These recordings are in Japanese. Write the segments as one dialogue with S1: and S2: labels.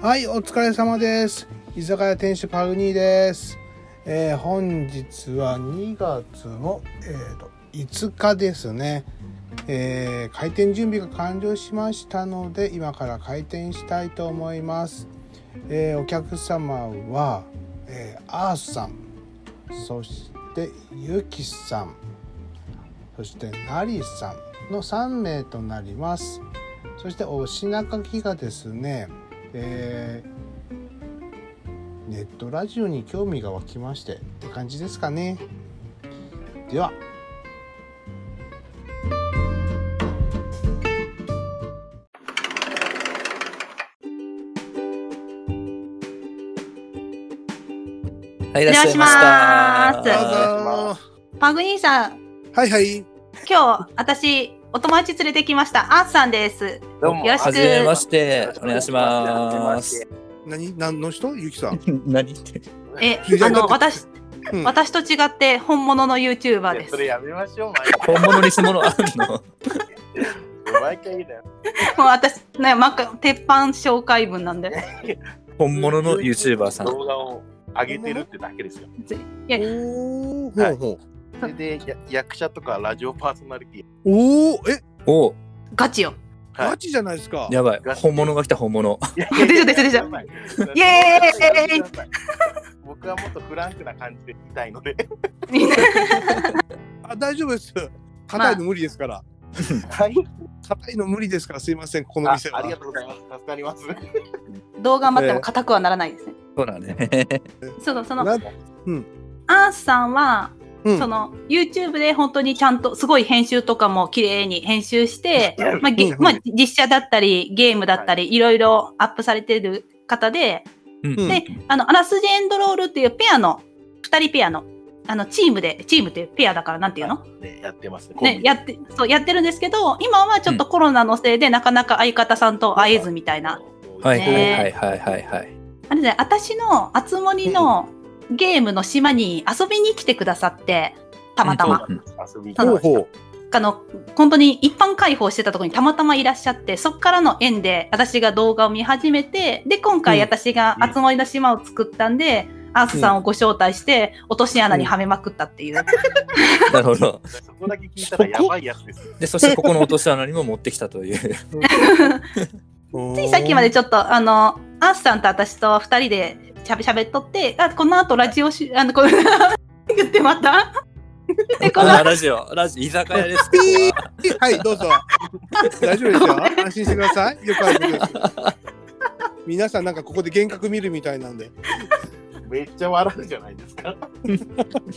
S1: はい、お疲れ様です。居酒屋店主パグニーです。えー本日は2月の、えーと5日ですね、えー開店準備が完了しましたので、今から開店したいと思います。えーお客様は、えーアースさん、そしてユキさん、そしてナリさんの3名となります。そしてお品書きがですね、えーネットラジオに興味が湧きましてって感じですかね。では。
S2: はい、い
S3: お
S2: らっしゃいました。
S3: 願いします
S2: は
S3: パグニーさん、
S1: はいはい。
S3: 今日私お友達連れてきましたアースさんです。
S2: どうも、
S3: よろしく
S2: はじめまして、お願いします。
S1: 何何の人ゆきさん。
S2: 何って。
S3: え、
S1: いやだ
S3: あの
S1: って
S3: 私、
S1: うん
S3: 私と違って本物のユーチューバー
S4: い
S3: で
S4: や
S3: す
S4: そ。れやめましょう、
S2: 本物に物あるの
S4: 毎回。毎回だよ。
S3: もう私ね、まか鉄板紹介文なんで。
S2: 本物の YouTuber さん。
S4: 動画を上げてるってだけですよ。
S1: おお
S4: ほう
S1: ほう。
S4: それで、や役者とかラジオパーソナリティ。
S1: おおえ
S2: お
S3: ガ チよ。
S4: はい
S1: ガチじゃないですか。
S2: やばい。本物が来た本物。
S4: いや
S3: 出ちゃ出ちゃ
S4: イ
S3: イエーイ
S4: 僕はもっとフランクな感じで言いたいので。
S1: あ大丈夫です。硬いの無理ですから。
S4: はい。
S1: 硬いの無理ですからすいませんこの
S4: あ
S1: 店は。
S4: ありがとうございます。助かります。
S3: 動画待っても硬くはならないですね。
S2: そうだね。
S3: そのその
S1: な
S3: アースさんは、
S1: うん
S3: その YouTube で本当にちゃんとすごい編集とかも綺麗に編集して、まあぎ
S1: うん
S3: まあ、実写だったりゲームだったり、いろいろアップされてる方で。
S2: うん
S1: うん
S3: で、あの、アラスジェンドロールっていうペアの、二人ペアの、あの、チームで、チームっていうペアだから、なんていうの、
S4: ねやってますね。
S3: ね、やって、そう、やってるんですけど、今はちょっとコロナのせいで、なかなか相方さんと会えずみたいな。。
S2: はいはい
S3: ね
S2: はいはいはい。
S3: あれね、私の、あつ森のゲームの島に遊びに来てくださって、たまたま。
S2: うん
S4: 遊びに
S3: ほ
S1: ほ
S3: う
S1: うほう。
S3: あの、本当に一般開放してたところにたまたまいらっしゃって、そっからの縁で私が動画を見始めて、で、今回
S1: うん
S3: 私があつ森の島を作ったんで、アースさんをご招待して、落とし穴にはめまくったっていう。
S2: なるほど。
S4: そこだけ聞いたらやばいやつです。
S2: で、そしてここの落とし穴にも持ってきたという。
S1: つ
S3: ついさっきまでちょっと、あの、アースさんと私と二人でしゃべしゃべっとって、あ、この後ラジオし、あの、こ 言ってまた で、この
S2: あラジオ、ラジオ、居酒屋です。ここは
S1: はい、どう ぞ。大丈夫ですよ。安心してください。よくあることです。皆さんなんかここで幻覚見るみたいなんで。
S4: めっちゃ笑うじゃないです
S3: ア
S4: か。
S3: ー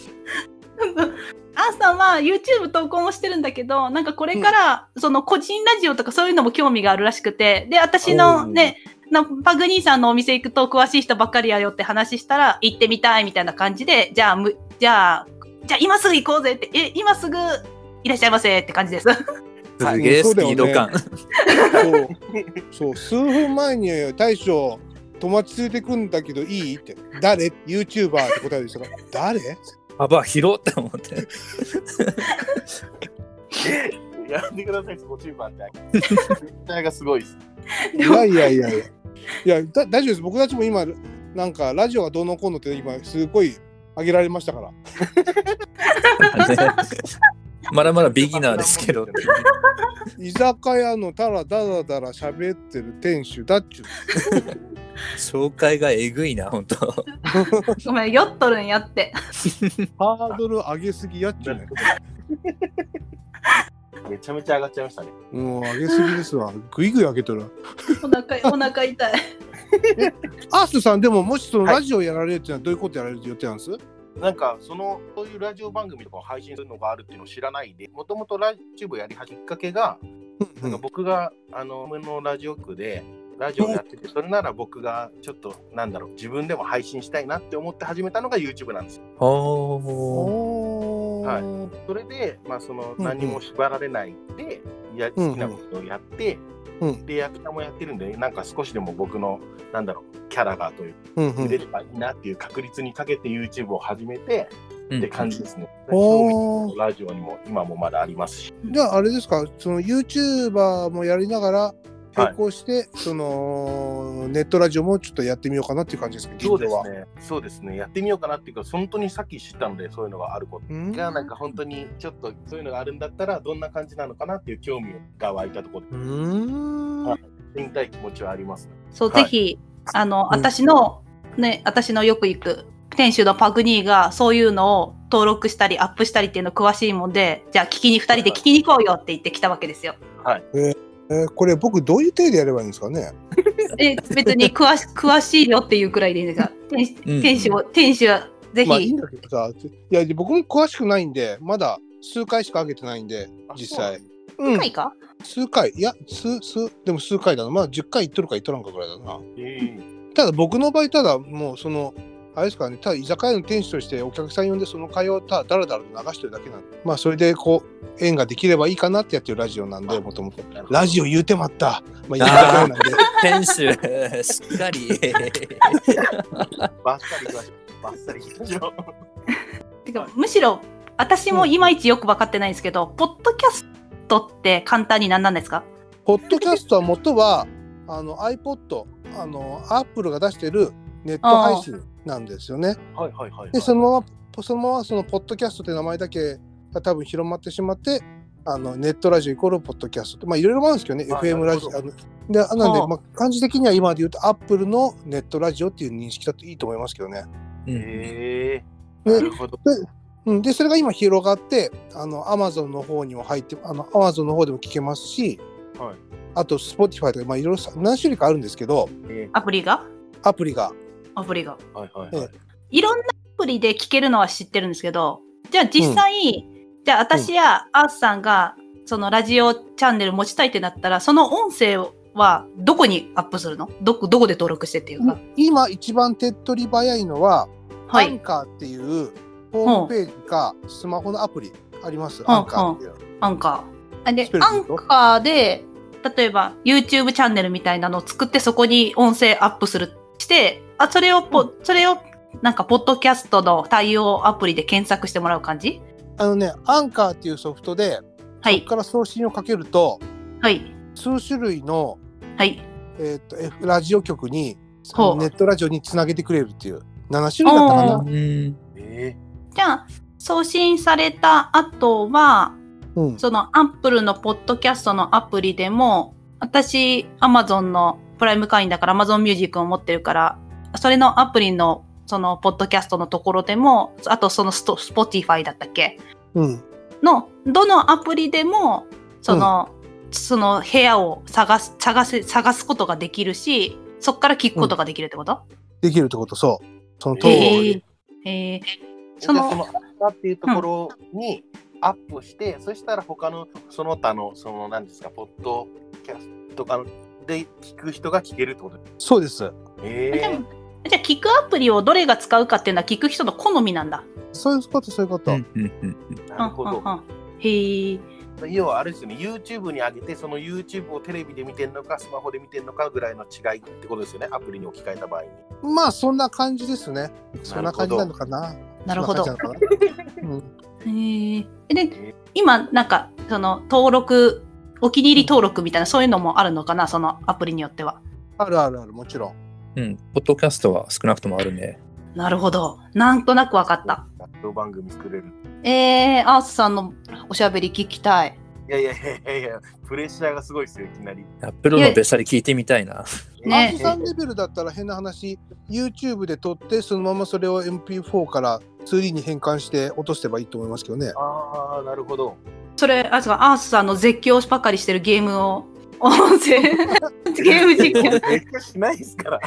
S3: スさんは YouTube 投稿もしてるんだけど、なんかこれから、その個人ラジオとかそういうのも興味があるらしくて、で、私のね、なパグニーさんのお店行くと詳しい人ばっかりやよって話したら、行ってみたいみたいな感じで、じゃあ、むじゃあ、じゃあ今すぐ行こうぜって、え、今すぐいらっしゃいませって感じです。
S2: すげえスピード感。
S1: そう。そう、数分前に大将、友達連れてくんだけどいいって。誰 ?YouTuber って答えでしたから。誰
S2: 幅広って思って。
S4: やめてください、そこチーバーって。絶対がすごいです。
S1: いやいやいやいや。いや、だ大丈夫です。僕たちも今、なんかラジオがどうのこうのって今、すごい上げられましたから。
S2: まだまだビギナーですけど。
S1: 居酒屋のたらだらだら喋ってる店主だっちゅう。
S2: 紹介がえぐいな、本当。
S3: ごめん、酔っとるんやって。
S1: ハードル上げすぎやっちゅうね。
S4: めちゃめちゃ上がっちゃいましたね。
S1: もう上げすぎですわ。ぐいぐい上げとる。
S3: お腹、お腹痛い。
S1: アースさんでももしその
S4: はい
S1: ラジオやられるっていうのはどういうことやられる予定なんです？
S4: なんかそのそういうラジオ番組とかを配信するのがあるっていうのを知らないでもともとラジオやりはじめきっかけが、なんか僕があの上のラジオ区でラジオやっててそれなら僕がちょっとなんだろう自分でも配信したいなって思って始めたのが YouTube なんですよ
S2: おー
S1: お
S4: はい
S1: ー
S4: それで、まあ、その
S1: うん
S4: 何にも縛られないで、や
S1: うんうん
S4: 好きなことをやって、
S1: うん
S4: で役者もやってるんでなんか少しでも僕のなんだろうキャラがという
S1: うんうん
S4: 売れればいいなっていう確率にかけて YouTube を始めて
S2: うん
S4: って感じですね。
S1: おー
S4: ラジオにも今もまだありますし。
S1: じゃああれですか、その YouTuber もやりながら並行して、そのネットラジオもちょっとやってみようかなっていう感じですけど
S4: そうで
S1: 現状
S4: す
S1: は
S4: ね。そうですね。やってみようかなっていうか、本当にさっき知ったので、そういうのがあること。
S1: うん
S4: がなんか本当にちょっとそういうのがあるんだったらどんな感じなのかなっていう興味が湧いたところ
S1: うーん
S4: はいで見たい気持ちはありますね。
S3: そう、
S4: はい
S3: ぜひ、あの、
S1: うん
S3: 私の、ね、私のよく行く、店主のパグニーが、そういうのを登録したり、アップしたりっていうの詳しいもんで、じゃあ、聞きに、二人で聞きに行こうよって言ってきたわけですよ。
S1: えーこれ僕どういう体でやればいいんですかね
S3: え、別に詳し、詳しいよっていうくらいでいいんですが、店主
S2: うん
S3: 店主を、店主、ぜ
S1: まあいい
S3: ひ
S1: ん、だけどさいや僕も詳しくないんでまだ数回しか上げてないんで実際う
S3: 一
S1: ん
S3: 回か
S1: 数回いや数数でも数回だなまあ10回いっとるかいっとらんかぐらいだな
S4: え
S1: ただ僕の場合ただもうそのあれですからねただ居酒屋の店主としてお客さん呼んでその会話をただだらだらと流してるだけなんでまあそれでこう縁ができればいいかなってやってるラジオなんでもともと ラジオ言うてまったまあ居酒屋なんで
S2: 店主、しっか り。
S4: バッサリ行きましょう。バッサリ行きましょう。
S3: てかむしろ、私もいまいちよく分かってないんですけど、ポッドキャストって簡単に何なんですか
S1: ポッドキャストは元はあの iPod あの Apple が出してるネット配信なんですよね
S4: はいはいはい、はい。
S1: でそのままそのままそのポッドキャストって名前だけが多分広まってしまってあのネットラジオイコールポッドキャストってまあいろいろあるんですけどね
S4: あ
S1: FM
S4: な
S1: ラ
S4: る
S1: ジ
S4: ほ
S1: オ
S4: ど
S1: あのであなんで
S3: ああ
S1: まあ感じ的には今で言うとアップルのネットラジオっていう認識だといいと思いますけどね。
S2: うん
S4: えー、
S1: で
S4: なるほど。
S1: うん、でそれが今広がってあの Amazon の方にも入ってあの Amazon の方でも聞けますし、
S4: はい
S1: あと Spotify とかまあいろいろさ何種類かあるんですけど
S4: え
S3: アプリが
S1: アプリが
S3: アプリが。
S4: ー、はいはいはい。
S3: いろんなアプリで聞けるのは知ってるんですけど、じゃあ実際、じゃあ私やアースさんが、そのラジオチャンネル持ちたいってなったら、その音声はどこにアップするのどこ、どこで登録してっていうか。
S1: 今一番手っ取り早いのはア
S3: は
S1: ン
S3: い。
S1: カーっていうホームページかスマホのアプリあります、
S3: ん
S1: アンカーっていう。
S3: アンカー。あで
S1: スペ、ル
S3: ア
S1: する
S3: ン
S1: と
S3: カーで、例えば YouTube チャンネルみたいなのを作って、そこに音声アップする、して、あ、それをポ、それを、なんか、ポッドキャストの対応アプリで検索してもらう感じ
S1: あのね、アンカーっていうソフトで、
S3: は
S1: こ
S3: い
S1: こ。から送信をかけると、
S3: はい。
S1: 数種類の、
S3: はい。
S1: えーっと F ラジオ局に、
S3: ほう
S1: ネットラジオにつなげてくれるっていう、7種類だったかな。
S2: う
S3: お
S2: ん。
S4: え
S3: じゃあ、送信された後は、
S1: うん、
S3: そのアップルのポッドキャストのアプリでも、私、アマゾンのプライム会員だから、アマゾンミュージックを持ってるから、それのアプリの、その、ポッドキャストのところでも、あとそのスト、スポティファイだったっけ
S1: うん、
S3: の、どのアプリでも、その、その部屋を探す、探せ、探すことができるし、そっから聞くことができるってこと、
S1: できるってこと、そう。その通
S4: うん
S1: り。
S3: へえへえ
S4: ー、
S3: その
S4: じゃあそのアンカーっていうところにアップして、そしたら他のその他のその何ですかポッドキャストとかで聞く人が聞けるってことです。
S1: そうです。
S4: え
S3: でも
S4: ー、
S3: じゃあ、聞くアプリをどれが使うかっていうのは、聞く人の好みなんだ。
S1: そういうこと、そういうこと。
S2: うんうんうん
S4: なるほど
S3: うん。うんうんへえ。
S4: 要はあれですよね、YouTube に上げて、その YouTube をテレビで見てるのか、スマホで見てるのかぐらいの違いってことですよね、アプリに置き換えた場合に。
S1: まあ、そんな感じですね。そんな感じなのかな。
S3: なるほど。
S1: そんな
S3: へ
S1: 感じなのかなうん
S3: え。で、今、なんか、その、登録、お気に入り登録みたいな、そういうのもあるのかな、そのアプリによっては。
S1: あるあるある、もちろん。
S2: うん。ポッドキャストは少なくともあるね。
S3: なるほど。なんとなくわかった。
S4: ラジオ番組作れる。
S3: えー、アースさんのおしゃべり聞きたい。
S4: いやいやいやいやいや、プレッシャーがすごいですよ、いきなり。
S2: アップルのべっさり聞いてみたいな。
S3: ね
S1: アジさんレベルだったら変な話 YouTube で撮ってそのままそれを MP4 から 2D に変換して落とせばいいと思いますけどね
S4: ああ、なるほど。
S3: それ、あれですか、アースさんの絶叫ばかりしてるゲームを、音 声、ゲーム実 況。
S4: めっちゃしないですから。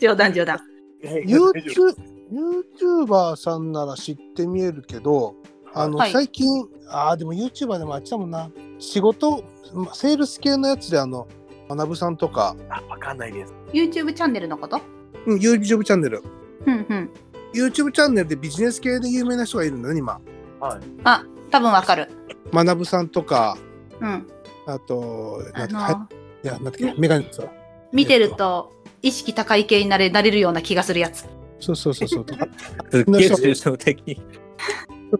S3: 冗談冗談。
S4: いやいや大丈
S1: YouTube YouTuber さんなら知って見えるけどあの、
S3: はい
S1: 最近ああでも YouTuber でもあっちだもんな仕事まセールス系のやつであの学さんとか、
S4: 夫あ、わかんないです。
S3: YouTube チャンネルのこと
S1: うん、YouTube チャンネル
S3: うんうん。
S1: YouTube チャンネルでビジネス系で有名な人がいるんだね今
S4: はい。
S3: あ、多分わかる。
S1: 学さんとか
S3: うん。
S1: あとな
S3: あ
S1: んだっけは
S3: の、
S1: いいやなんだっけメガネさん
S3: 見てると、意識高い系になれなれるような気がするやつ。
S1: そうそうそう そうとか
S2: すっげえ抽象的。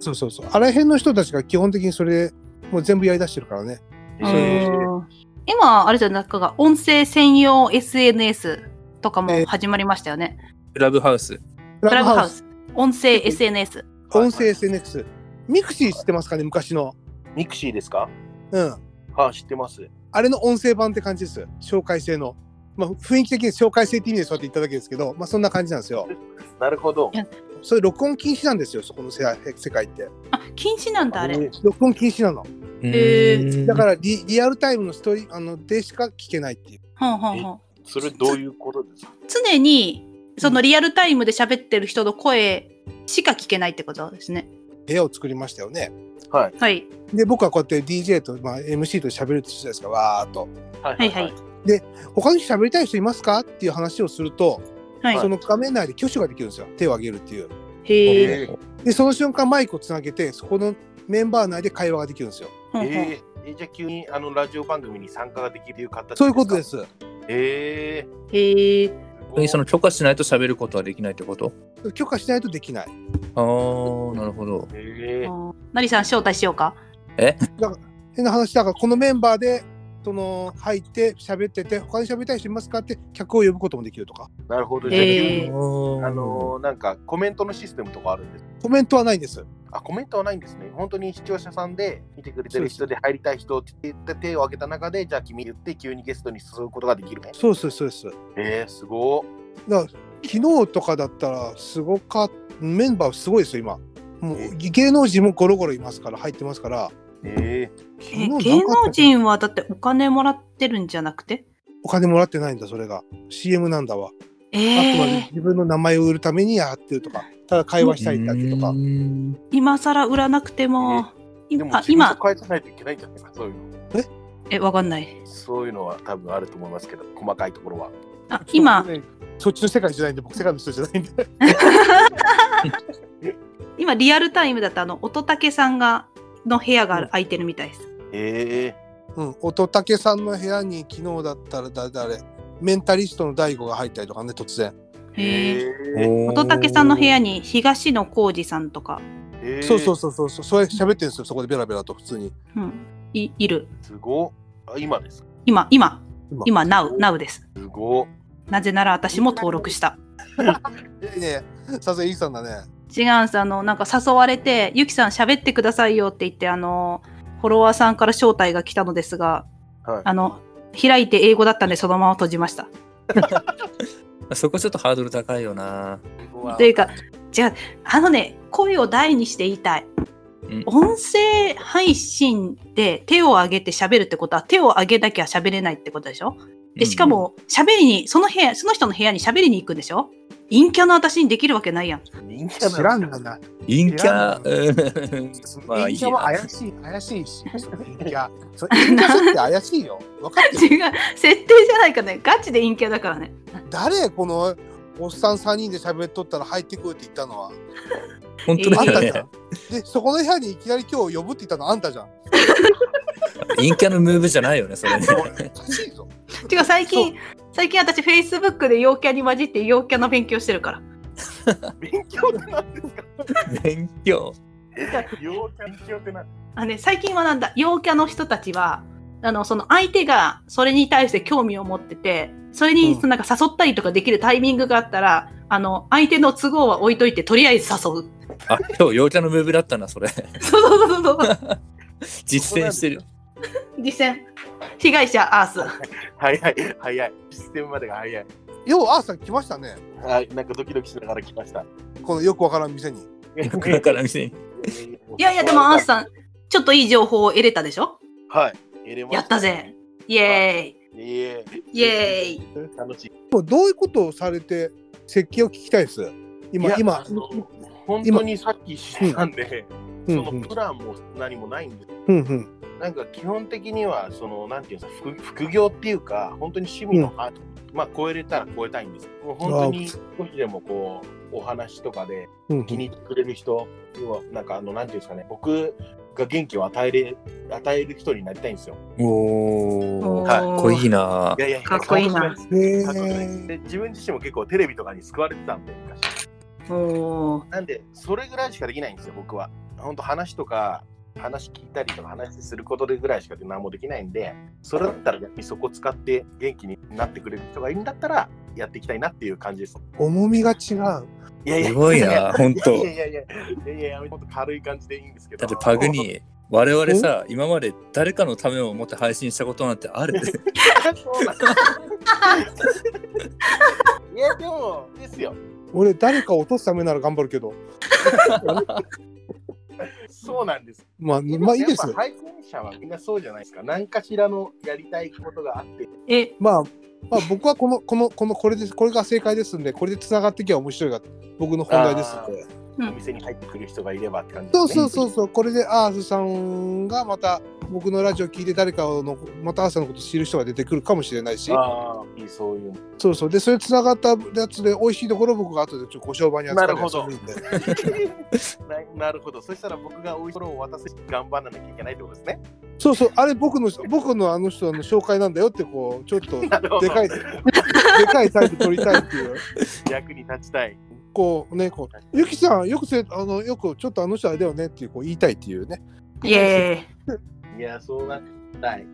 S1: そうそうそう。あらへんの人たちが基本的にそれ、もう全部やりだしてるからね。
S4: えー
S3: うん今、あれじゃなくが、音声専用 SNS とかも始まりましたよね。
S2: クラブハウス。、
S1: ク
S3: クラブハウス。音声 SNS。
S1: 音声 SNS。ミクシー知ってますかね昔の。
S4: ミクシーですか
S1: うん。
S4: はい、知ってます。
S1: あれの音声版って感じです。紹介性の。まあ、雰囲気的に紹介性って意味でそうやって言っただけですけど、まあ、そんな感じなんですよ。
S4: なるほど。
S1: それ録音禁止なんですよ、そこの世界世界って。
S3: あ、禁止なんだ、あれ。
S1: 録音禁止なの。
S3: へー
S1: だかららリリアルタイムのストーリーあのでしか聞けないっていう。
S3: ほんほんほん。
S4: それどういうことですか
S3: 常に、そのリアルタイムで喋ってる人の声しか聞けないってことですね。
S1: 部屋を作りましたよね。
S4: はい。
S3: はい。
S1: で、僕はこうやって DJ と、まあ、MC と喋るとしたですか、わーっと。
S4: は
S3: はいはい。
S1: 他の人喋りたい人いますかっていう話をすると、
S3: はい。
S1: その画面内で挙手ができるんですよ。手を挙げるっていう。
S3: へえ。
S4: えー
S1: で、その瞬間マイクをつなげて、そこのメンバー内で会話ができるんですよ。
S3: ほんほん
S4: えーえじゃあ急にあのラジオ番組に参加ができるいう形ですか
S1: そういうことで。す。
S4: え
S3: へえ。
S4: ー、
S2: その許可しないと喋ることはできないってこと
S1: 許可しないとできない。
S2: ああ、なるほど。
S4: えー、
S3: なりさん招待しようか。
S1: 変な話だからこのメンバーでその入って喋ってて他に喋りたい人いますかって客を呼ぶこともできるとか
S4: なるほど。
S3: えー
S4: じゃあ急に、
S2: あ
S4: あのーなんかコメントのシステムとかあるんです
S1: コメントはないんです
S4: あ、コメントはないんですね。本当に視聴者さんで見てくれてる人で入りたい人って言って手を挙げた中で、じゃあ君言って急にゲストに誘うことができるね。
S1: そうですそうです
S4: えー、すご
S1: 昨日とかだったらすごかっメンバーすごいですよ今もう芸能人もゴロゴロいますから入ってますから
S4: い。え
S1: 昨日な
S3: え
S1: かった
S3: 芸能人はだってお金もらってるんじゃなくて
S1: お金もらってないんだそれが CM なんだわ、あくまで
S3: ええ
S1: 自分の名前を売るためにやってるとかただ会話したいだけとか、
S3: 今更売らなくても。
S4: ー、
S3: い
S4: でも
S3: あ、
S4: 今
S3: 今、
S4: 変えさないといけないんじゃないですか、そういうの。
S3: え、わかんない。
S4: そういうのは多分あると思いますけど、細かいところは。
S3: あ、今、
S1: そうねそっちの世界じゃないんで僕世界の人じゃないんで
S3: 今リアルタイムだとあの乙武さんがの部屋が空いてるみたいです。
S4: ええ
S1: うん 乙武さんの部屋に昨日だったら誰誰メンタリストの大悟が入ったりとかね突然
S4: ー。
S3: へえ。
S4: えー
S3: 乙武さんの部
S2: に
S3: 屋に東野幸治さんとか、
S4: えー
S1: そうそうそうそうそう、それ喋ってるんですよ、そこでベラベラと普通に。
S3: うん、いいる。
S4: すごっあ今ですか
S3: 今、今、
S1: 今
S3: 今、なう、なうです。
S4: すごっ
S3: なぜなら私も登録した。
S1: いいね、さすがイーさんだね。
S3: 違うんです。あの、なんか誘われて、ゆきさん喋ってくださいよって言って、あの、フォロワーさんから招待が来たのですが、
S4: はい
S3: あの、開いて英語だったんでそのまま閉じました。
S2: そこちょっとハードル高いよな。
S3: というか、違う、あのね、声を大にして言いたい
S2: うん。
S3: 音声配信で手を挙げて喋るってことは手を挙げなきゃ喋れないってことでしょで、しかも喋りに、その部屋、その人の部屋に喋りに行くんでしょ陰キャの私にできるわけないやん。
S4: 人気
S1: 知らんがな。
S2: うん、陰キャ、うんまあい
S1: 陰
S2: い
S1: キャ
S2: や。
S1: は怪しい、怪しいし、その陰キャ。それ陰キャだって怪しいよ。分かってる。
S3: 違う、設定じゃないからね。ガチで陰キャだからね。
S1: 誰このおっさん3人で喋っとったら入ってくるって言ったのは。
S2: 本当だ
S1: あん
S2: よ
S1: たじゃ
S2: ね
S1: ん。。で、そこの部屋にいきなり今日呼ぶって言ったのあんたじゃん。
S2: 陰キャのムーブじゃないよね、それね。
S1: おかしいぞ。
S3: 違う、最近、最近私 Facebook で陽キャに混じって陽キャの勉強してるから。
S4: 勉強ってなんですか
S2: 勉強。
S4: 陽キャ勉強ってなん
S3: あね、最近はなんだ、陽キャの人たちは、あの、その相手がそれに対して興味を持ってて、それに
S1: うん
S3: なんか誘ったりとかできるタイミングがあったら、あの、相手の都合は置いといて、とりあえず誘う。
S2: あ、今日陽キャのムーブだったな、それ。
S3: そうそうそうそうそう。
S2: 実践してる。
S3: 実践。被害者、アース。
S4: 早い早いシステムまでが早い
S1: よう、あーさん来ましたね。
S4: はいなんかドキドキしながら来ました
S1: このよくわからん店に。
S2: だから見せに。
S3: いやいや、でもアース
S4: ん
S3: さん、ちょっといい情報を得れたでしょ
S4: はい入れました
S3: やったぜ。イエ
S4: いえ
S3: ーイ。イエーイ。
S4: ー楽しい
S1: もうどういうことをされて設計を聞きたいです。
S4: い
S1: 今、
S4: や
S1: 今
S4: あ。の本当にさっきしてたんで、
S1: うん
S4: そのプランも何もないんです
S1: うんうん。
S4: なんか基本的にはそのなんていうんですか副副業っていうか本当に趣味の範囲、まあ超えれたら超えたいんですもう本当に少しでもこうお話とかで
S1: うんうん
S4: 気に入ってくれる人要はなんかあのなんていうんですかね僕が元気を与えれ与える人になりたいんですよ
S2: おー。
S3: おー
S2: かっこいいない
S4: やいやや
S3: かっこいいな
S4: そんこと
S1: へ
S4: ないです
S1: ー
S4: で自分自身も結構テレビとかに救われてたんで昔
S3: おー。
S4: なんでそれぐらいしかできないんですよ僕は本当話とか話聞いたりとか話することでぐらいしか何もできないんで、それだったら逆にそこ使って元気になってくれる人がいるんだったらやっていきたいなっていう感じです。
S1: 重みが違う。
S4: いやいや、
S2: すごいな、本当
S4: いやいやいやいやいやいや、もっと軽い感じでいいんですけ
S2: だ
S4: ど。
S2: ってパグニー、我々さ、今まで誰かのためを思って配信したことなんてある
S4: そうなんだ いや、でも、ですよ。
S1: 俺、誰か落とすためなら頑張るけど。
S4: そうなんです。
S1: まあ、まあいいです
S4: やっ。ぱ配信者はみんなそうじゃないですか。何かしらのやりたいことがあって、
S3: え、
S1: まあ、まあ、僕はこの、この、この、これです。これが正解ですんで、これで繋がってきゃ面白いが、僕の本題ですんで。
S3: うん
S4: お店に入ってくる人がいればって感じです
S1: そ
S4: ね
S1: うそうそうそう、これでアースさんがまた、僕のラジオ聞いて誰かの、またアースさんのこと知る人が出てくるかもしれないし。
S4: ああ、いいそういう。
S1: そうそう、で、それ繋がったやつで、美味しいところ、僕が後で、ちょっとご商売に扱ったり
S4: なるほど
S1: するんで。
S4: ななるほど。そしたら僕がおいしいものを渡せ頑張らなきゃいけないってことですね。
S1: そうそう、あれ、僕の、僕のあの人の紹介なんだよって、こう、ちょっと、
S4: なるほど
S1: でかい、でかいタイプ取りたいっていう。
S4: 役に立ちたい。
S1: こうね、こう、ゆきさん、よくせ、あの、よく、ちょっとあの人あれだよねっていう、こう、言いたいっていうね。
S3: イエーイ。
S4: いや、そうなった い。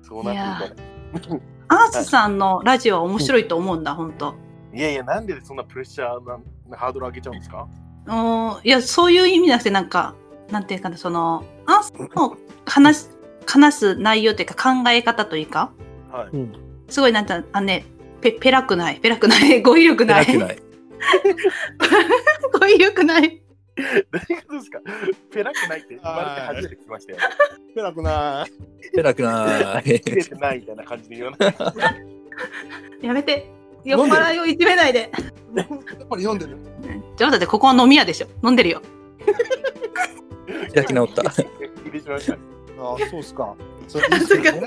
S4: そうなっていたい
S3: アースさんのラジオは面白いと思うんだ、本当。
S4: いやいや、なんでそんなプレッシャーなハードル上げちゃうんですか
S3: おいやそういう意味じゃなくてなんかなんていうかなそのアースの話す話す内容というか考え方というか
S4: はい。
S3: すごいなんてあのねペペラくないペラくない 語彙力な
S2: ないくない。
S3: 語彙力ない
S4: 誰がですかペラくないって生まれて初めて聞きました よ。。
S1: 偉くない。
S2: 偉くない
S4: 切れてないみたいな感じで言わない。
S3: やめて
S1: 飲
S3: 酔っ
S1: んでる
S3: 払いをいじめないで
S1: やっぱり読んでる。
S3: ちょっと待ってここは飲み屋でしょ飲んでるよ
S2: 開き直った。
S4: 入れてしまいました
S1: ああ、そうっすか。 そう、いいっすよね。ご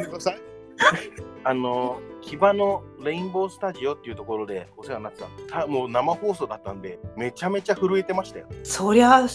S1: めんなさい。
S4: あの、木場のレインボースタジオっていうところでお世話になってたんですた。もう生放送だったんで、めちゃめちゃ震えてましたよ。
S3: そりゃ
S4: はい。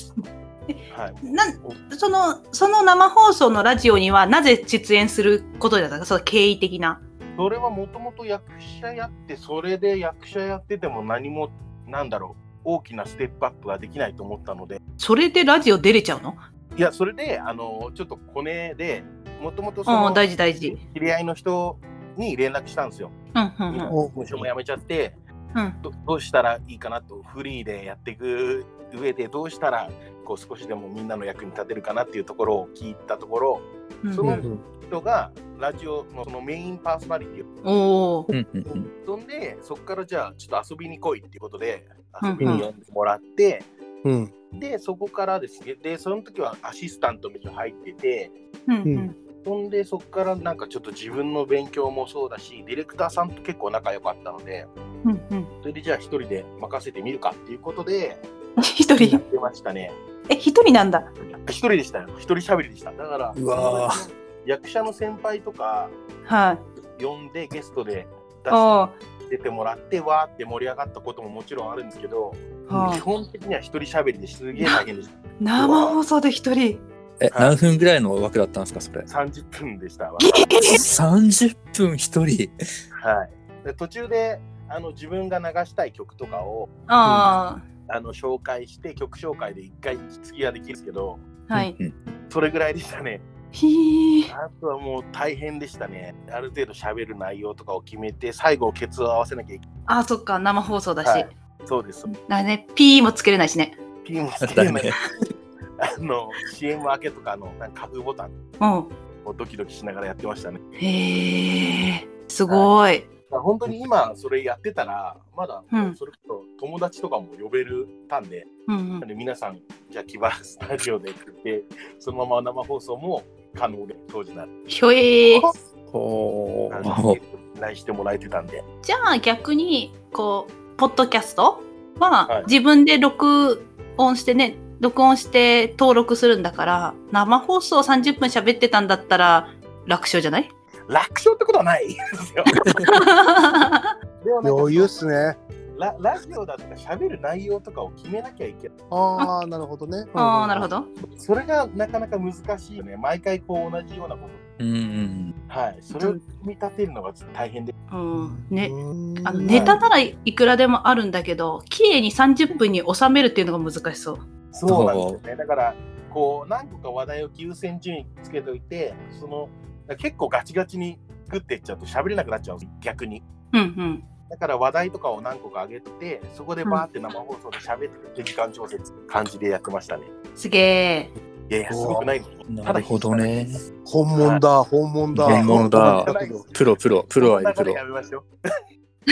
S3: なんそのその生放送のラジオにはなぜ実演することだったかその経緯的な
S4: それはもともと役者やって、それで役者やってても何も、なんだろう、大きなステップアップができないと思ったので、
S3: それでラジオ出れちゃうの
S4: いや、それで、あの、ちょっとコネで、もともとそ
S3: うん
S4: の、
S3: 大事大事
S4: 知り合いの人に連絡したんですよ。
S3: うんうんうん
S1: お
S4: もうも辞めちゃって、
S3: うん
S4: どどうしたらいいかなとフリーでやっていく上でどうしたらこう少しでもみんなの役に立てるかなっていうところを聞いたところ
S3: うん
S4: そ
S1: うん
S4: の
S1: うん
S4: 人がラジオのそのメインパーソナリティを
S3: おお
S2: うんうんうん
S4: そんでそこからじゃあちょっと遊びに来いっていうことで
S3: うん
S4: 遊びに呼んでもらって、
S1: うん。
S4: でそこからですねでその時はアシスタントみたいなの入ってて
S3: うんう
S1: うん
S4: そんでそこからなんかちょっと自分の勉強もそうだしディレクターさんと結構仲良かったので
S3: うんうん
S4: それでじゃあ一人で任せてみるかっていうことで
S3: 一
S4: や
S3: 人
S4: ってましたね。
S3: え一人なんだ
S4: 一人でしたよ。一人喋りでした。だから、
S2: うわー
S4: 役者の先輩とか
S3: はい
S4: 呼んでゲストで出し
S3: あ
S4: 出てもらって、わーって盛り上がったことももちろんあるんですけど、
S3: あは
S4: 基
S3: あ
S4: 本的には一人喋りですげえ大変 でした。
S3: 生放送で一人
S2: え、何分ぐらいの枠だったんですか、 それ。
S4: 30分でしたわ。
S2: 30分一人。
S4: はい。で途中であの自分が流したい曲とかを
S3: あ
S4: あの紹介して、曲紹介で一回息継ぎができるんですけど、
S3: あはい
S2: うん
S4: それぐらいでしたね。
S3: ひー
S4: あとはもう大変でしたね。ある程度喋る内容とかを決めて、最後、ケツを合わせなきゃいけない。
S3: あそっか生放送だし、
S4: は
S3: だ
S4: いそうです。
S3: からね P もつけれないしね
S4: ピンもつけ
S2: だ
S4: てない、
S2: ね。
S4: あの CM 明けとかのなんかカフボタン
S3: うん
S4: をドキドキしながらやってましたね。
S3: へえすごい
S4: まあ、本当に今それやってたらまだ
S3: うん
S4: それこそ友達とかも呼べるたんで,、
S3: うんうん
S4: なんで皆さんじゃあ木場スタジオで作ってそのまま生放送も可能で当時なら
S3: ひょえー
S2: ほ
S4: あ
S2: ー
S4: の来してもらえてたんで
S3: じゃあ逆にこうポッドキャストは、
S4: はい
S3: 自分で録音してね録音して登録するんだから生放送30分喋ってたんだったら楽勝じゃない
S4: 楽勝ってことはないです よ。 でもなんか
S1: 余裕っすね。
S4: ララジオだったら喋る内容とかを決めなきゃいけない。
S1: ああ、なるほどね。
S3: ああなるほ
S1: ど。
S3: ど
S4: それがなかなか難しいよね。毎回こう同じようなこ
S2: う
S4: と
S2: んうん。
S4: はい、それを組み立てるのが大変で、
S3: うんねあの
S1: うん
S3: ネタならいくらでもあるんだけど、綺麗に30分に収めるっていうのが難しそう。
S4: そうなんですよね。だから、こう何個か話題を優先順位つけといてその結構ガチガチに作っていっちゃうと喋れなくなっちゃうんです逆に
S3: うん
S4: だから話題とかを何個か上げてそこでバーって生放送で喋って時間調整感じでやってましたね
S3: うん。すげえ。
S4: いやいやすごくない
S2: なるほどね。
S1: 本物だ、本物だ。
S2: 本物だ
S1: けど
S2: プロプロ、プ
S4: プ
S2: ロはいるプロ。
S4: やめましょう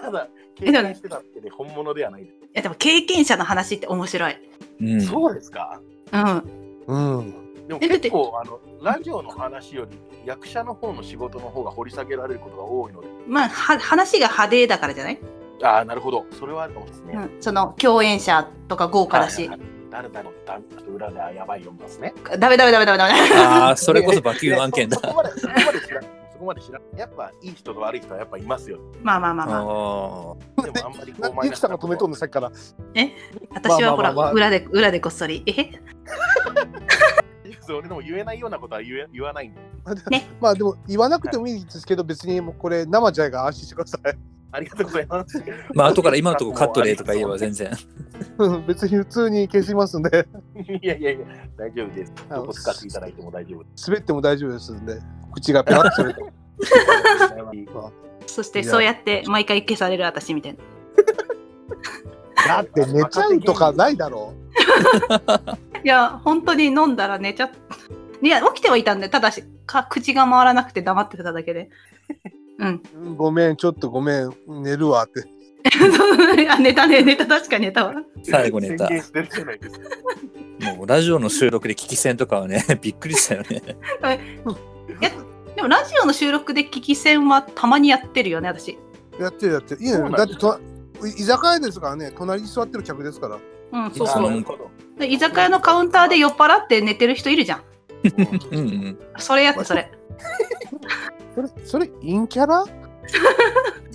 S4: ただ経験してたってね本物ではないです、
S3: いやでも経験者の話って面白い。
S2: うん。
S4: そうですか
S3: うん。
S1: うん。
S4: でも
S3: えだって
S4: 結構あのラジオの話より役者の方の仕事の方が掘り下げられることが多いので
S3: まあは話が派手だからじゃない、
S4: ああなるほどそれはあるかもですね、
S3: うん、その共演者とか豪華だし
S4: はい。はいはい誰だろうダメだ裏であやばいよますね
S3: ダメダメダメダメダメ。
S2: ああ、それこそバキューン案件だ
S4: そ。そこまでそこまで知らんそこまで知らんやっぱいい人と悪い人はやっぱいますよ
S3: まあまあまあまあ。
S2: ああ。
S4: でもあんまりこうマイ
S1: ゆ
S4: ナ
S1: き
S4: ス
S1: さん
S4: な
S1: が
S4: こ
S1: 止
S4: と
S1: めとんの、さっきから。
S3: 私はほ
S1: まあまあまあ
S3: ら、
S1: まあ
S3: 裏で裏でこっそり。え
S4: そう俺でも言えないようなことは言え言わないんで
S1: まあでも、言わなくてもいいですけど、別にもうこれ、生じゃいが安心してください。
S4: ありがとうございます
S2: まあ、後から今のとこカットでとか言え ば全然。
S1: うん別に普通に消しますんで、
S4: いやいやいや大丈夫です
S1: あ
S4: ど
S1: の
S4: こ使っていただいても大丈夫で
S1: 滑っても大丈夫ですんで、口がペラッとそれ て。
S4: す
S3: そしてそうやって毎回消される私みたいな。
S1: だって寝ちゃうとかないだろ
S3: いや、本当に飲んだら寝ちゃっいや、起きてはいたんで、ただしか口が回らなくて黙ってただけで。うん。
S1: う。うんごめん、ちょっとごめん、寝るわって。
S3: あ、寝たね、寝た、確かに寝たわ。
S2: 最後ネタ
S4: 宣言してるじゃないですか
S2: もうラジオの収録で聞き戦とかはね、 びっくりしたよね。
S3: でもラジオの収録で聞き戦はたまにやってるよね、私。
S1: やってるやってる。いい
S4: そうな
S1: よ、
S4: ん
S1: ね、
S4: だ
S1: だってと、居酒屋ですからね、隣に座ってる客ですから。
S3: うん、そう
S2: そ
S3: そ
S2: の
S3: う。
S4: なるほど
S3: で居酒屋のカウンターで酔っ払って寝てる人いるじゃん。
S2: うんうん。
S3: それやって、それ。
S1: それ、それ、陰キャ ラ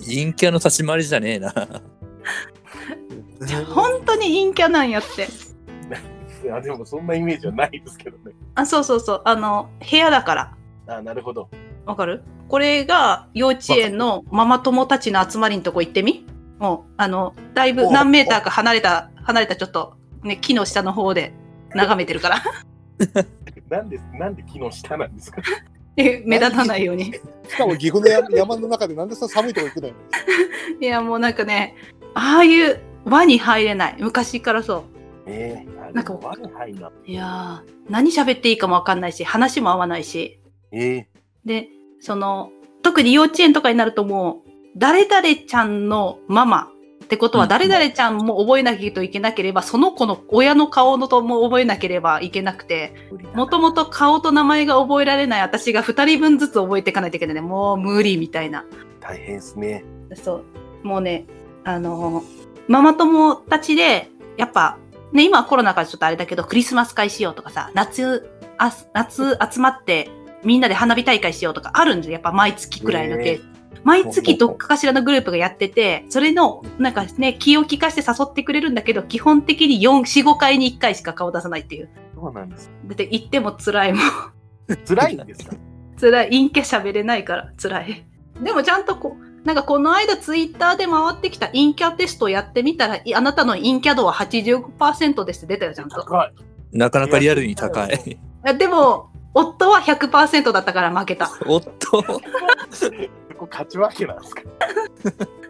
S2: 陰キャの立ち回りじゃねえな。
S3: 本当に陰キャなんやって。
S4: いやでもそんなイメージはないですけどね
S3: あ、そうそうそう。あの、部屋だから。
S4: あなるほど
S3: わかるこれが幼稚園のママ友たちの集まりのとこ行ってみもう、あの、だいぶ
S1: お
S3: 何メーターか離れた、離れたちょっと、ね、木の下の方で眺めてるから。
S4: なんでなんで木の下な んですか
S3: え目立たないように。
S1: しかも岐阜の山山の中でなんでさ寒いとこ行くのよ。
S3: いや、もうなんかね、ああいう輪に入れない。昔からそ
S4: ええあ
S3: なんか
S4: でも悪はいな
S3: う。いやー、何喋っていいかもわかんないし、話も合わないし。
S4: ええ
S3: で、その、特に幼稚園とかになるともう、誰々ちゃんのママってことは、
S2: うん
S3: 誰々ちゃんも覚えなきゃいけなければ、その子の親の顔のとも覚えなければいけなくて、
S4: 無理だな
S3: もともと顔と名前が覚えられない私が2人分ずつ覚えていかないといけないね。もう無理みたいな。
S4: 大変ですね
S3: そう。もうね、あのーママ友たちで、やっぱ、ね、今はコロナからちょっとあれだけど、クリスマス会しようとかさ、夏、あ夏集まって、みんなで花火大会しようとかあるんですよ。やっぱ毎月くらいの
S4: へ
S3: け
S4: え
S3: 毎月どっかかしらのグループがやってて、それの、なんかね、気を利かして誘ってくれるんだけど、基本的に4、4、5回に1回しか顔出さないっていう。
S4: そうなんです
S3: だって行っても辛いもん。
S4: 辛いんですか
S3: 辛い。陰キャ喋れないから辛い。でもちゃんとこう、なんかこの間ツイッターで回ってきた陰キャテストをやってみたら、いあなたの陰キャ度は85%ですって出たよ、ちゃんと。
S4: 高い
S2: なかなかリアルに高い。
S3: あでも、夫は100%だったから負けた。
S2: おっと。
S4: これ勝ち負けなんですか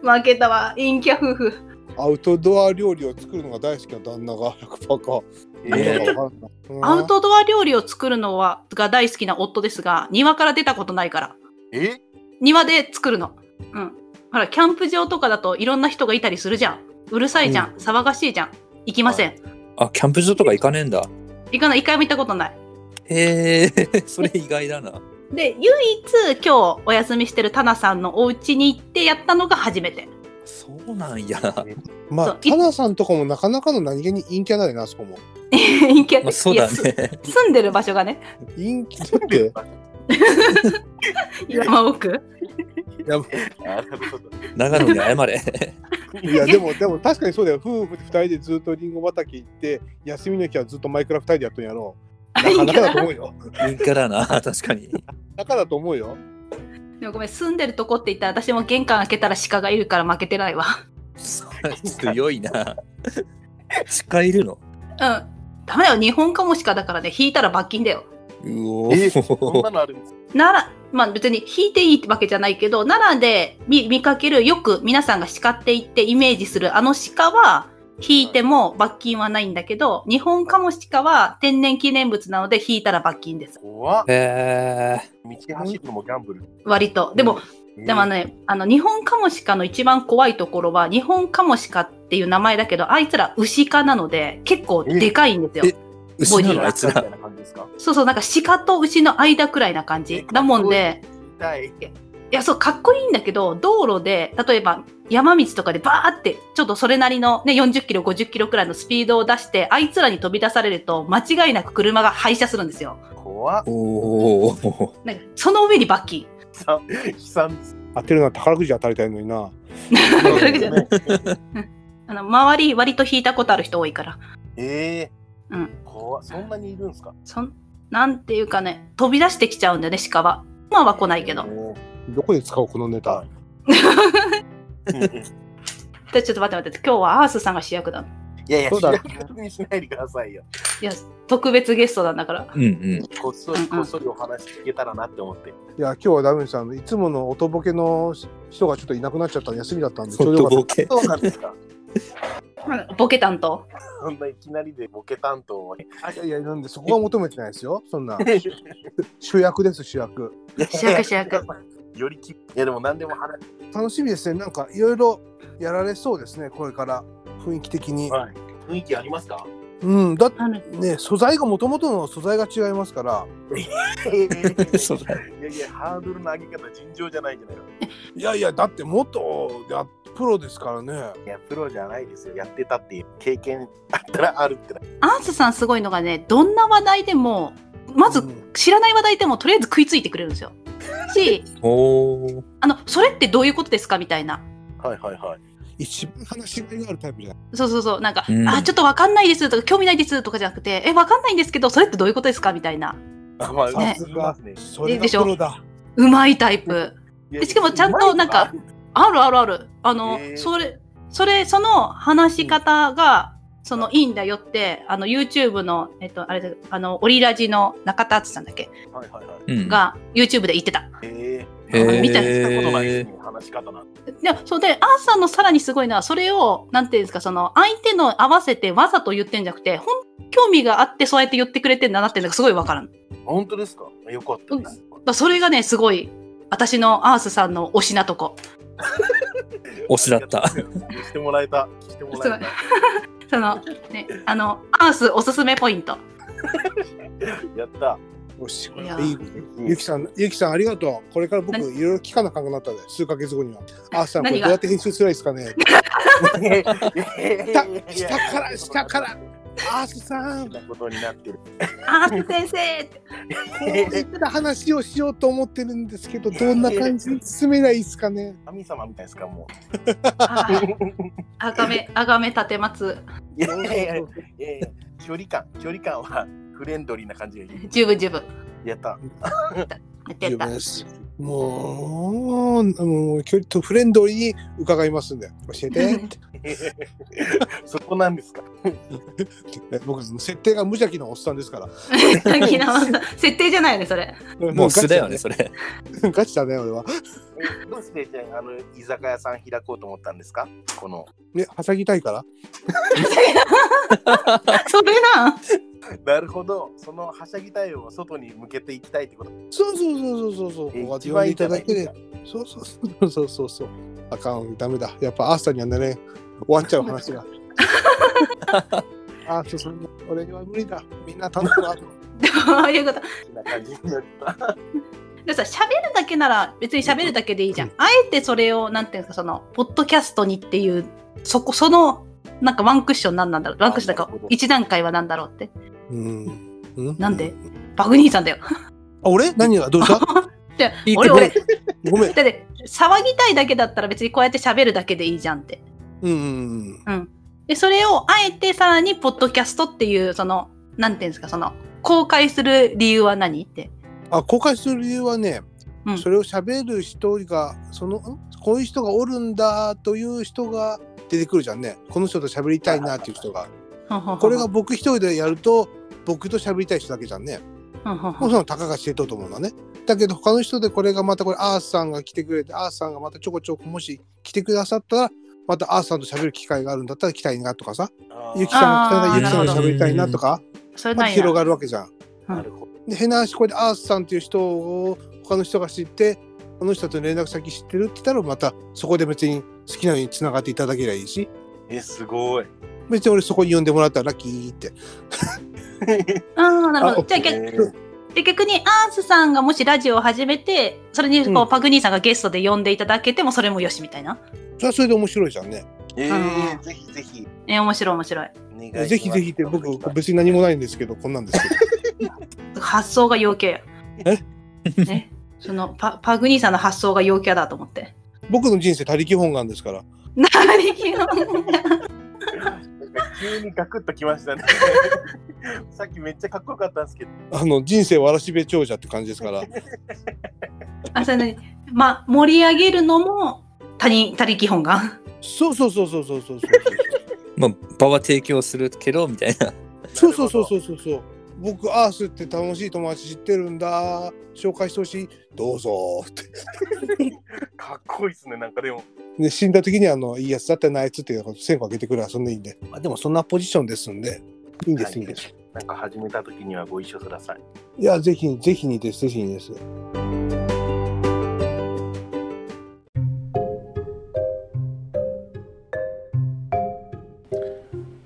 S3: 負けたわ、陰キャ夫婦。
S1: アウトドア料理を作るのが大好きな旦那が100%か。
S2: え
S4: え
S2: え
S3: アウトドア料理を作るのは、が大好きな夫ですが、庭から出たことないから。
S4: え
S3: 庭で作るの。うん。ほら、キャンプ場とかだといろんな人がいたりするじゃん。うるさいじゃん。騒がしいじゃん。行きません。
S2: あ、キャンプ場とか行かねえんだ。
S3: 行かない、一回も行ったことない。
S2: へえ、 それ意外だな。
S3: で、唯一今日お休みしてるタナさんのお家に行ってやったのが初めて。
S2: そうなんや。
S1: ま
S3: そ
S1: あ、
S3: う
S1: タナさんとかもなかなかの何気に陰キャだよな、あそこも。
S3: いけ
S2: まあ、そうだ
S3: いやす
S2: ね。
S3: 住んでる場所がね、
S1: 陰キャだって、
S3: 山奥。
S4: なるほど
S2: 長野に謝れ。
S1: いや、でも、でも確かにそうだよ。夫婦2人でずっとリンゴ畑行って、休みの日はずっとマイクラ2人でやっとんやろう。なかなかだと 思うよ。
S2: 陰キャだな、確かに。
S1: だからだと思うよ。
S3: でもごめん、住んでるとこって言ったら私も玄関開けたら鹿がいるから負けてないわ。
S2: 強いな。鹿いるの
S3: うん。ダメだよ、日本かもしかだからね、引いたら罰金だよ。
S2: うお
S4: えそんな
S2: ー
S4: のあるんです
S3: 奈良、まあ別に引いていいってわけじゃないけど、奈良で見見かける、よく皆さんが鹿って言ってイメージするあの鹿は、引いても罰金はないんだけど、日本カモシカは天然記念物なので引いたら罰金です。
S4: 怖っ
S2: へー
S4: 道走るのもギャンブル。
S3: 割と。でも、でも
S4: ね、
S3: ね、あの、日本カモシカの一番怖いところは、日本カモシカっていう名前だけど、あいつら牛科なので、結構でかいんですよ
S2: え。牛なのあいつ
S4: みた
S2: ら
S4: いな感じですか
S3: そうそう、なんか鹿と牛の間くらいな感
S4: え
S3: じ。だもんで、
S4: 痛い。
S3: いや、そう、かっこいいんだけど、道路で、例えば山道とかでバーって、ちょっとそれなりのね、40キロ、50キロくらいのスピードを出して、あいつらに飛び出されると、間違いなく車が廃車するんですよ。
S4: 怖っ
S2: おお
S3: なんかその上に罰金。
S4: 悲惨です
S1: 当てるのは宝くじ当たりたいのにな
S3: 宝くじじゃない
S4: ね。
S3: あの、周り、割と引いたことある人多いから。
S4: ええ
S3: うん
S4: 怖っそんなにいるんですか
S3: そん、なんていうかね、飛び出してきちゃうんだよね、鹿は。まあは来ないけど。
S1: どこで使おうこのネタ
S4: はい
S3: でちょっと待って待って、今日はアースさんが主役だ。
S4: いやいや、
S1: そうだ
S4: 気楽にしないでくださいよ。
S3: いや、特別ゲストなんだから。
S2: うんうん
S4: こっそりこっそりお話聞けたらなって思って。
S1: いや今日はダメさんいつもの音ボケの人がちょっといなくなっちゃったんで休みだったんでちょうど
S2: 外
S1: よかっ
S2: ボケ
S4: そうなんですか。
S3: ボケ担当。
S4: そんないきなりでボケ担当をね。
S1: たあいやいやなんでそこは求めてないですよそんな主役です主役
S3: 主役主役。
S4: よりき、いやでも何でも話
S1: 楽しみですねなんかいろいろやられそうですねこれから雰囲気的に、
S4: はい雰囲気ありますか
S1: うんだって
S3: あの
S1: ね素材がもともとの素材が違いますから
S2: そ
S4: いう
S2: だね
S4: やいや、ハードルの上げ方尋常じゃないじゃない
S1: いやいやだって元やプロですからね
S4: いや、プロじゃないですよ。やってたっていう経験あったらあるってな。
S3: アースさんすごいのがね、どんな話題でも、ま
S1: う
S3: ず
S1: ん
S3: 知らない話題でもとりあえず食いついてくれるん ですよ。し、
S2: おお
S3: あの、それってどういうことですかみたいな。
S4: はいはいはい。
S1: 一番話し合いがあるタイプじゃない
S3: そうそうそう。なんか、
S2: うん
S3: あ、ちょっとわかんないですとか、興味ないですとかじゃなくて、え、わかんないんですけど、それってどういうことですかみたいな。
S4: あまあ
S3: ね
S4: 言いますね
S1: それがプロだ
S3: うまいタイプ。
S4: いやいや
S3: しかもちゃんとなんかあるあるある。あの、
S4: へー
S3: それ、それ、その話し方が、そのいいんだよって、あの YouTube の、えっと、あれだ、あの、オリラジの中田敦さんだっけ
S4: はいはいはい。
S2: うん
S3: が、YouTube で言ってた。
S4: え
S2: へー
S4: え。見たりしたことないですね、話し方なんて。
S3: で、そうで、アーさんのさらにすごいのは、それを、なんていうんですか、その、相手の合わせてわざと言ってんじゃなくて、ほん、興味があってそうやって言ってくれてんだなっていうのがすごいわかるの。だか
S4: 本当ですかよかったです。
S3: らそれがね、すごい、私のアースさんの推しなとこ。
S2: 推しだった
S4: ありがとうございます。してもらえた。してもらえ
S3: その、ね、あの、アースおすすめポイント。
S4: た。やった。
S1: よしこれ
S3: いや
S1: いいゆきさんゆきさんありがとうこれから僕いろいろ聞かなあかんくなったで数ヶ月後にはあーさんこれど
S3: 何が
S1: うやって編集すればいいですか ね
S4: 下
S1: 下から下から。あーさん
S4: なことになってる。
S3: アース先生って
S1: こういった話をしようと思ってるんですけどどんな感じに進めないいですか ね
S4: 神様みたいですか、も
S3: あ
S4: う。
S3: あ がめ、あがめ立てます。
S4: いやいやいやいやいや距離感、距離感はフレンドリーな感じで。
S3: 十分十分。
S4: やった。
S3: やってやった。
S1: ですもうもう距離とフレンドリーに伺いますんで教えて って
S4: そこなんですか。
S1: え僕設定が無邪気なおっさんですから。
S3: 昨日の設定じゃないよね、そ れ。
S2: もう素だよねそれ
S1: れ。 ガチだね俺は。
S4: えどうしてじゃああの居酒屋さん開こうと思ったんですか。この
S1: ねはしゃぎたいから。
S3: それなん。
S4: なるほど。そのはしゃぎたいを外に向けていきたいってこと。
S1: そうそうそうそうそうそう。
S4: え
S1: こうやって
S4: 一
S1: 呼ん
S4: 番
S1: で
S4: い
S1: い
S4: い
S1: た
S4: た
S1: だ
S4: だ
S1: け
S4: け
S1: で
S4: で。。
S1: そうそうそうそうそうそう。あかんダメだ。やっぱアーサーにはなれん。終わっちゃう話 が。あーそうそんな俺には無理だ。みんな頼むわ。
S3: どういうこと。
S4: こんな感じになった。
S3: でさ、喋るだけなら、別に喋るだけでいいじゃん。あえてそれを、なんていうんですか、その、ポッドキャストにっていう、そこ、その、なんかワンクッションなんなんだろう。ワンクッションだか
S4: なるほ、ど
S3: 一段階はなんだろうって。
S1: うん。う
S3: なんでバグ兄さんだよ。
S1: あ俺何がどうした
S3: で
S2: いいとこ
S3: 俺、俺、
S1: ごめん。
S3: だって、騒ぎたいだけだったら別にこうやって喋るだけでいいじゃんって。
S1: うんうんうん。
S3: で、それをあえてさらに、ポッドキャストっていう、その、なんていうんですか、その、公開する理由は何って。
S1: あ公開する理由はね、
S3: うん
S1: それを喋る人がそのんこういう人がおるんだという人が出てくるじゃんねこの人と喋りたいなっていう人がこれが
S3: も
S1: 僕一人でやると僕と喋りたい人だけじゃんねもう
S3: う
S1: そのたかが知れとると思うのねだけど他の人でこれがまたこれアースさんが来てくれてアースさんがまたちょこちょこもし来てくださったらまたアースさんと喋る機会があるんだったら来たいなとかさゆきさんが来たらゆきさんと喋りたいなとか
S3: それ
S1: ま
S3: な
S1: た
S3: んや
S1: 広がるわけじゃん。
S4: なるほど。
S1: で変な話これでアースさんという人を他の人が知ってこの人と連絡先知ってるって言ったらまたそこで別に好きなように繋がっていただけりゃいいし
S4: え、すごい。
S1: 別に俺そこに呼んでもらったらラッキーって。
S3: ああ、なるほ
S1: あ
S3: ど。じゃあ
S4: え
S3: 逆
S4: ー
S3: で逆にアースさんがもしラジオを始めて、それにこう、
S1: うん
S3: パグ兄さんがゲストで呼んでいただけてもそれもよしみたいな。
S1: それはそれで面白いじゃんね。
S4: え
S3: う
S4: ー、
S3: ん
S4: ぜひぜひ。
S3: えー、面白い面白い。
S4: お願いします
S1: ぜひぜひって僕別に何もないんですけどこんなんですけど。
S3: 発想が陽キャや。
S2: え
S3: ね。そのパパグ兄さんの発想が陽キャだと思って。
S1: 僕の人生他力本願ですから。
S3: 何 気の
S4: なんか急にガクッときましたね。 さっきめっちゃかっこよかったんですけど。
S1: あの人生わらしべ長者って感じですから。
S3: あ、それ何まあ、盛り上げるのも他人、他力本願。
S1: そうそうそうそうそうそうそう。
S2: まあ、場は提供するけど、みたいな。
S1: そうそうそうそうそうそう。僕アースって楽しい友達知ってるんだ。紹介してほしい。どうぞって。
S4: かっこいいですね、なんかでも。
S1: で死んだ時にあのいいやつだったなあいつっていうのを線を開けてくればそんないいんで。まあでもそんなポジションですんで。いいんです、い、いんです。
S4: なんか始めた時にはご一緒ください。
S1: いやぜひぜひにですぜひにです。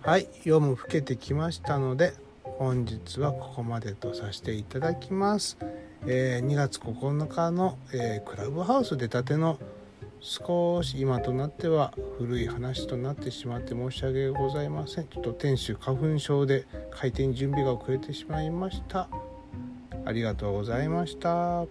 S1: はい、夜も更けてきましたので本日はここまでとさせていただきます。えー2月9日の、えークラブハウス出たての少し今となっては古い話となってしまって申し訳ございません。ちょっと店主花粉症で開店準備が遅れてしまいました。ありがとうございました。